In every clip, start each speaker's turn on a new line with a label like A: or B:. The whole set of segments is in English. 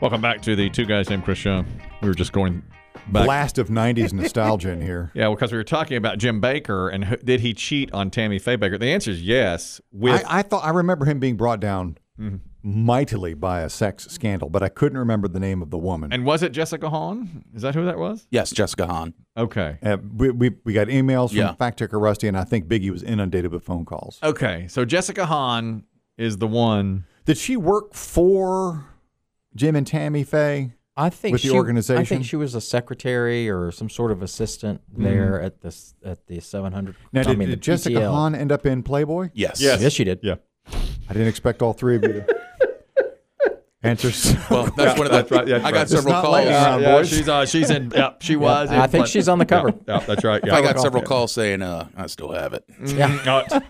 A: Welcome back to the Two Guys Named Chris show. We were just going back.
B: Blast of 90s nostalgia in here.
A: yeah, because we were talking about Jim Baker and who, did he cheat on Tammy Faye Baker? The answer is yes. With Mm-hmm.
B: I, I thought I remember him being brought down mightily by a sex scandal, but I couldn't remember the name of the woman.
A: and was it Jessica Hahn? Is that who that was?
C: Yes, Jessica Hahn.
A: Okay.
B: Uh, we, we, we got emails from
C: Yeah.
B: fact checker Rusty, and I think Biggie was inundated with phone calls.
A: Okay. So Jessica Hahn is the one.
B: Did she work for Jim and Tammy Faye?
D: I think
B: With the
D: she, I
B: organization? Mm-hmm.
D: think she was a secretary or some sort of assistant there at the s- at the 700.
B: Now,
D: I
B: did,
D: mean,
B: did
D: the
B: Jessica
D: PTL.
B: Hahn end up in Playboy?
C: Yes.
A: Yes.
D: Yes, she did.
A: Yeah.
B: I didn't expect all three of you to answer. so-
C: Well, that's one of the.
A: that's right, that's
C: I got
A: right.
C: several
B: not
C: calls.
B: lightning
C: I
B: round,
A: yeah,
B: boys.
A: she's uh, she's in. Yeah, she was.
D: I
A: in
D: think
A: Play-
D: she's on the cover.
A: Yeah, yeah, that's right. Yeah,
C: got several calls saying, uh, "I still have it."
A: Yeah.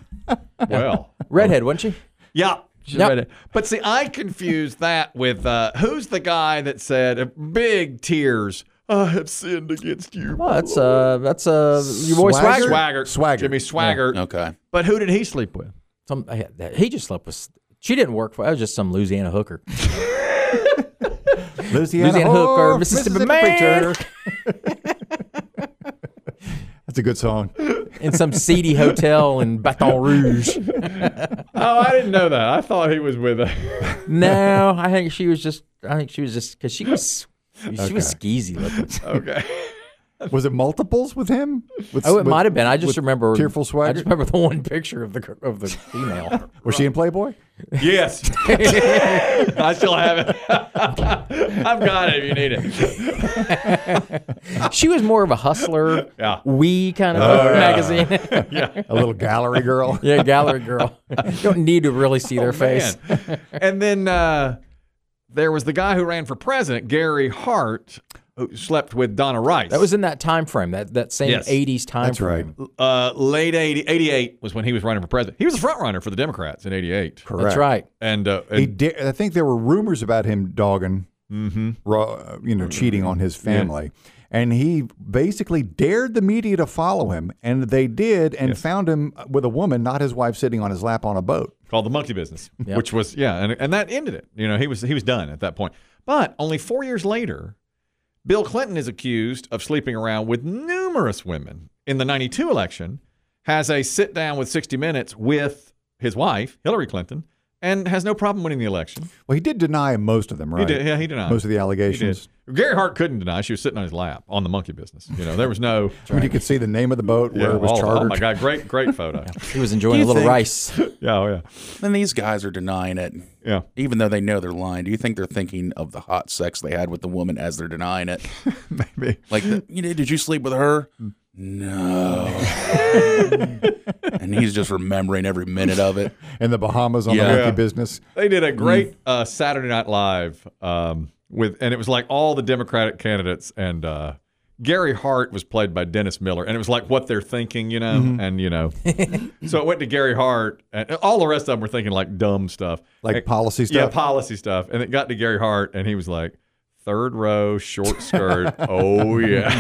A: well,
D: Redhead, wasn't she?
A: yeah. she's
D: Yep.
A: right there. But see, I confuse that with uh, who's the guy that said uh, big tears. I have sinned against you.
D: Well, that's uh, that's uh, your boy
B: Swagger?
D: Swagger.
A: Swagger,
B: Swagger.
A: Jimmy Swagger.
C: Okay.
A: But who did he sleep with?
D: Some, I- that- he just slept with. She didn't work for. That was just some Louisiana hooker.
B: Louisiana,
D: Louisiana
B: whore,
D: hooker, Mississippi man.
B: preacher. That's a good song.
D: in some seedy hotel in Baton Rouge.
A: Oh, I didn't know that. I thought he was with. A-
D: No, I think she was just. I think she was just because she was. She was skeezy looking.
A: okay.
B: Was it multiples with him? With,
D: Oh, it
B: with-
D: might have been. I just remember
B: tearful
D: I
B: swagger?
D: just remember the one picture of the gir- of the female.
B: Was she in Playboy?
A: Yes. I still have it. I've got it. If you need it.
D: she was more of a hustler,
A: Yeah. Oh,
D: wee kind of magazine.
B: A little gallery girl.
D: yeah, gallery girl. You don't need to really see their face.
A: Oh, Man. and then uh, there was the guy who ran for president, Gary Hart, who slept with Donna Rice.
D: That was in that time frame, that that same
A: Yes.
D: '80s time
B: That's right.
D: frame.
A: uh, late 80, 88 was when he was running for president. He was a front runner for the Democrats in 88.
B: Correct.
D: That's right.
A: And, uh,
B: He
A: and
B: did, I think there were rumors about him dogging,
D: Mm-hmm.
B: raw, you know, cheating on his family. And he basically dared the media to follow him, and they did, and found him with a woman, not his wife, sitting on his lap on a boat.
A: called the monkey business, which was, yeah. And, and that ended it. You know, he was, he was done at that point. But only four years later, Bill Clinton is accused of sleeping around with numerous women in the 92 election, has a sit down with 60 Minutes with his wife, Hillary Clinton, and has no problem winning the election.
B: Well, he did deny most of them, right?
A: He did, yeah, he denied.
B: most of the
A: He did.
B: allegations.
A: Gary Hart couldn't deny she was sitting on his lap on the monkey business. You know, there was no.
B: I mean, you could see the name of the boat, where it was
A: oh,
B: chartered.
A: oh my God, great, great photo.
D: He was enjoying a little
C: think-
D: rice.
A: yeah, oh, yeah,
C: Then these guys are denying it,
A: yeah.
C: even though they know they're lying. Do you think they're thinking of the hot sex they had with the woman as they're denying it?
A: Maybe.
C: Like, the, you know, did you sleep with her? No. and he's just remembering every minute of it.
B: In the Bahamas on
C: Yeah.
B: the monkey
A: Yeah.
B: business.
A: They did a great uh, Saturday Night Live um, with, and it was like all the Democratic candidates, and uh, Gary Hart was played by Dennis Miller, and it was like what they're thinking, you know, and you know, so it went to Gary Hart, and all the rest of them were thinking like dumb stuff,
B: Like
A: And-
B: policy
A: yeah,
B: stuff?
A: policy stuff, and it got to Gary Hart, and he was like. Third row, short skirt. oh yeah,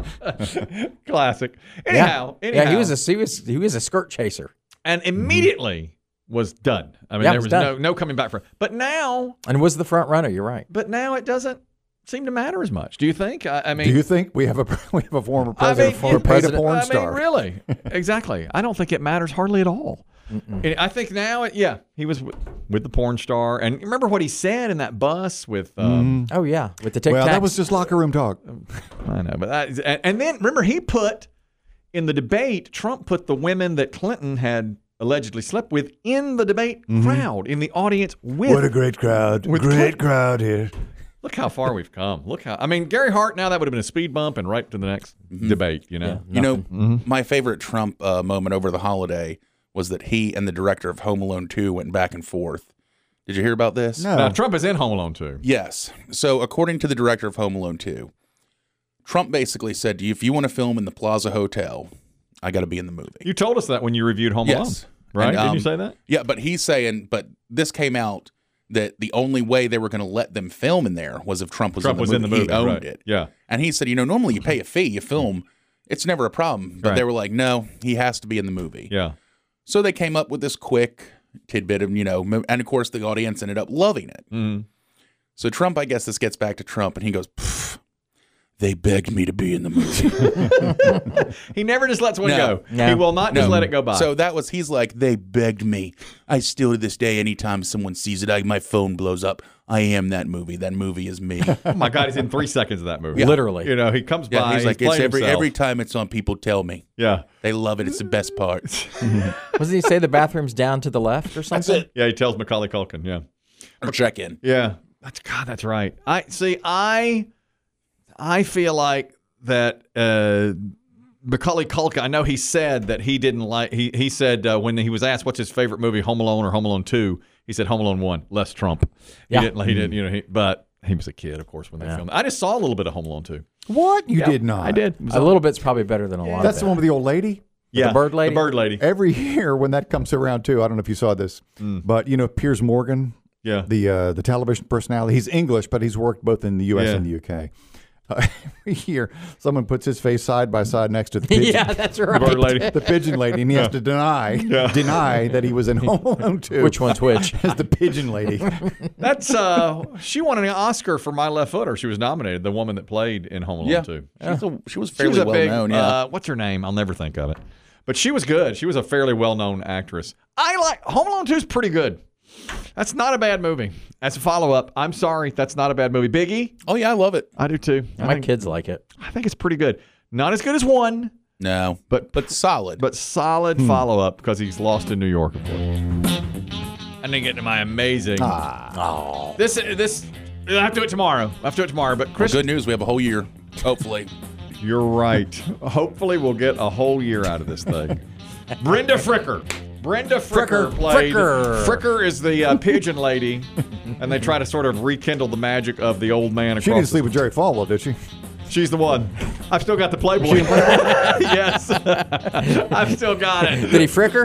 A: classic. Anyhow, anyhow,
D: Yeah, he was a he was he was a skirt chaser.
A: and immediately was done. I mean,
D: Yeah, it
A: there
D: was
A: was
D: done.
A: no no coming back from. But now,
D: And was the front runner, you're right.
A: but now it doesn't seem to matter as much. Do you think? I, I mean,
B: Do you think we have a we have a former
A: I
B: president
A: mean,
B: who
A: it-
B: paid a
D: president-
B: porn
A: I
B: star?
A: mean, really? exactly. I don't think it matters hardly at all. And I think now, it, yeah, he was with, with the porn star, and remember what he said in that bus with. Um,
D: Oh yeah, with the tic
B: Well, that
D: tacs.
B: was just locker room talk. Mm-hmm.
A: I know, but that, and, and then remember he put in the debate. Trump put the women that Clinton had allegedly slept with in the debate crowd, in the audience with
B: Mm-hmm. What a great crowd! great
A: Clinton.
B: crowd here.
A: Look how far we've come. Look how I mean Gary Hart now that would have been a speed bump and right to the next
C: Mm-hmm.
A: debate, you know.
C: You know, my favorite Trump uh, moment over the holiday was that he and the director of Home Alone 2 went back and forth. Did you hear about this?
B: No.
A: Now Trump is in Home Alone too.
C: Yes. So, according to the director of Home Alone 2, Trump basically said to you, if you want to film in the Plaza Hotel, I got to be in the movie.
A: You told us that when you reviewed Home
C: Yes.
A: Alone. Right?
C: And,
A: Didn't
C: um,
A: you say that?
C: Yeah, but he's saying, but this came out that the only way they were going to let them film in there was if Trump was,
A: Trump
C: in, the
A: was
C: movie.
A: in the movie.
C: He owned
A: right.
C: it.
A: Yeah.
C: And he said, you know, normally you pay a fee, you film, it's never a problem. But
A: Right.
C: they were like, no, he has to be in the movie.
A: Yeah.
C: So
A: Mm-hmm.
C: they came up with this quick tidbit of, you know, mo- and of course the audience ended up loving it. So Trump, I guess this gets back to Trump, and he goes, "Pff, "They begged me to be in the movie."
A: He never just lets one
C: No.
A: go.
D: No.
A: He will not just
C: No.
A: let it go by.
C: so that was he's like, "They begged me." I still to this day, anytime someone sees it, I, my phone blows up. I am that movie. That movie is me.
A: oh my God, he's in three seconds of that movie.
D: Literally.
A: You know, he comes
C: Yeah,
A: by.
C: he's like, "It's
A: playing
C: every
A: himself.
C: every time it's on, people tell me."
A: Yeah.
C: They love it. It's the best part.
D: Wasn't he say the bathroom's down to the left or something?
A: Yeah, he tells Macaulay Culkin. Yeah.
C: Or check in.
A: Yeah. That's God, that's right. I see I I feel like that uh Macaulay Culkin, I know he said that he didn't like he he said uh, when he was asked what's his favorite movie, Home Alone or Home Alone 2, he said Home Alone 1, less Trump. He
D: Yeah.
A: didn't he didn't, you know, he, but he was a kid, of course, when they filmed. it. I just saw a little bit of Home Alone 2.
B: What? You did not.
A: It was
D: A little bit's probably better than a lot.
B: That's the
D: of it.
B: one with the old lady.
A: yeah,
D: bird lady?
A: The bird lady.
B: Every year when that comes around too, I don't know if you saw this, but you know Piers Morgan,
A: Yeah.
B: the uh, the television personality. He's English, but he's worked both in the U.S.
A: Yeah.
B: and the U.K. Uh, every year, someone puts his face side by side next to the pigeon,
D: yeah, that's right.
A: bird lady.
B: the pigeon lady, and he has to deny deny that he was in Home Alone too.
D: Which one's which?
B: As the pigeon lady.
A: That's uh she won an Oscar for My Left Footer. She was nominated, the woman that played in Home Alone
C: Yeah,
A: 2.
C: She's a, she was
A: She
C: fairly
A: was a
C: well
A: big.
C: known. Yeah,
A: uh, what's her name? I'll never think of it. But she was good. She was a fairly well-known actress. I like Home Alone 2 is pretty good. That's not a bad movie. As a follow-up, I'm sorry, that's not a bad movie. Biggie,
C: Oh yeah, I love it.
A: I do too. I
D: My
A: think,
D: kids like it.
A: I think it's pretty good. Not as good as one,
C: No,
A: But-
C: but solid.
A: but solid follow-up because he's lost in New York, of course. I didn't get to my amazing. This this. I have to do it tomorrow. I have to do it tomorrow. But
C: Well,
A: Chris,
C: good news. We have a whole year, hopefully.
A: You're right. Hopefully, we'll get a whole year out of this thing. Brenda Fricker. Brenda Fricker,
D: Fricker,
A: played.
D: Fricker.
A: Fricker is the uh, pigeon lady, and they try to sort of rekindle the magic of the old man across.
B: she didn't
A: the-
B: sleep with Jerry Falwell, did she?
A: She's the one. I've still got the Playboy. yes, I've still got it.
D: Did he fricker?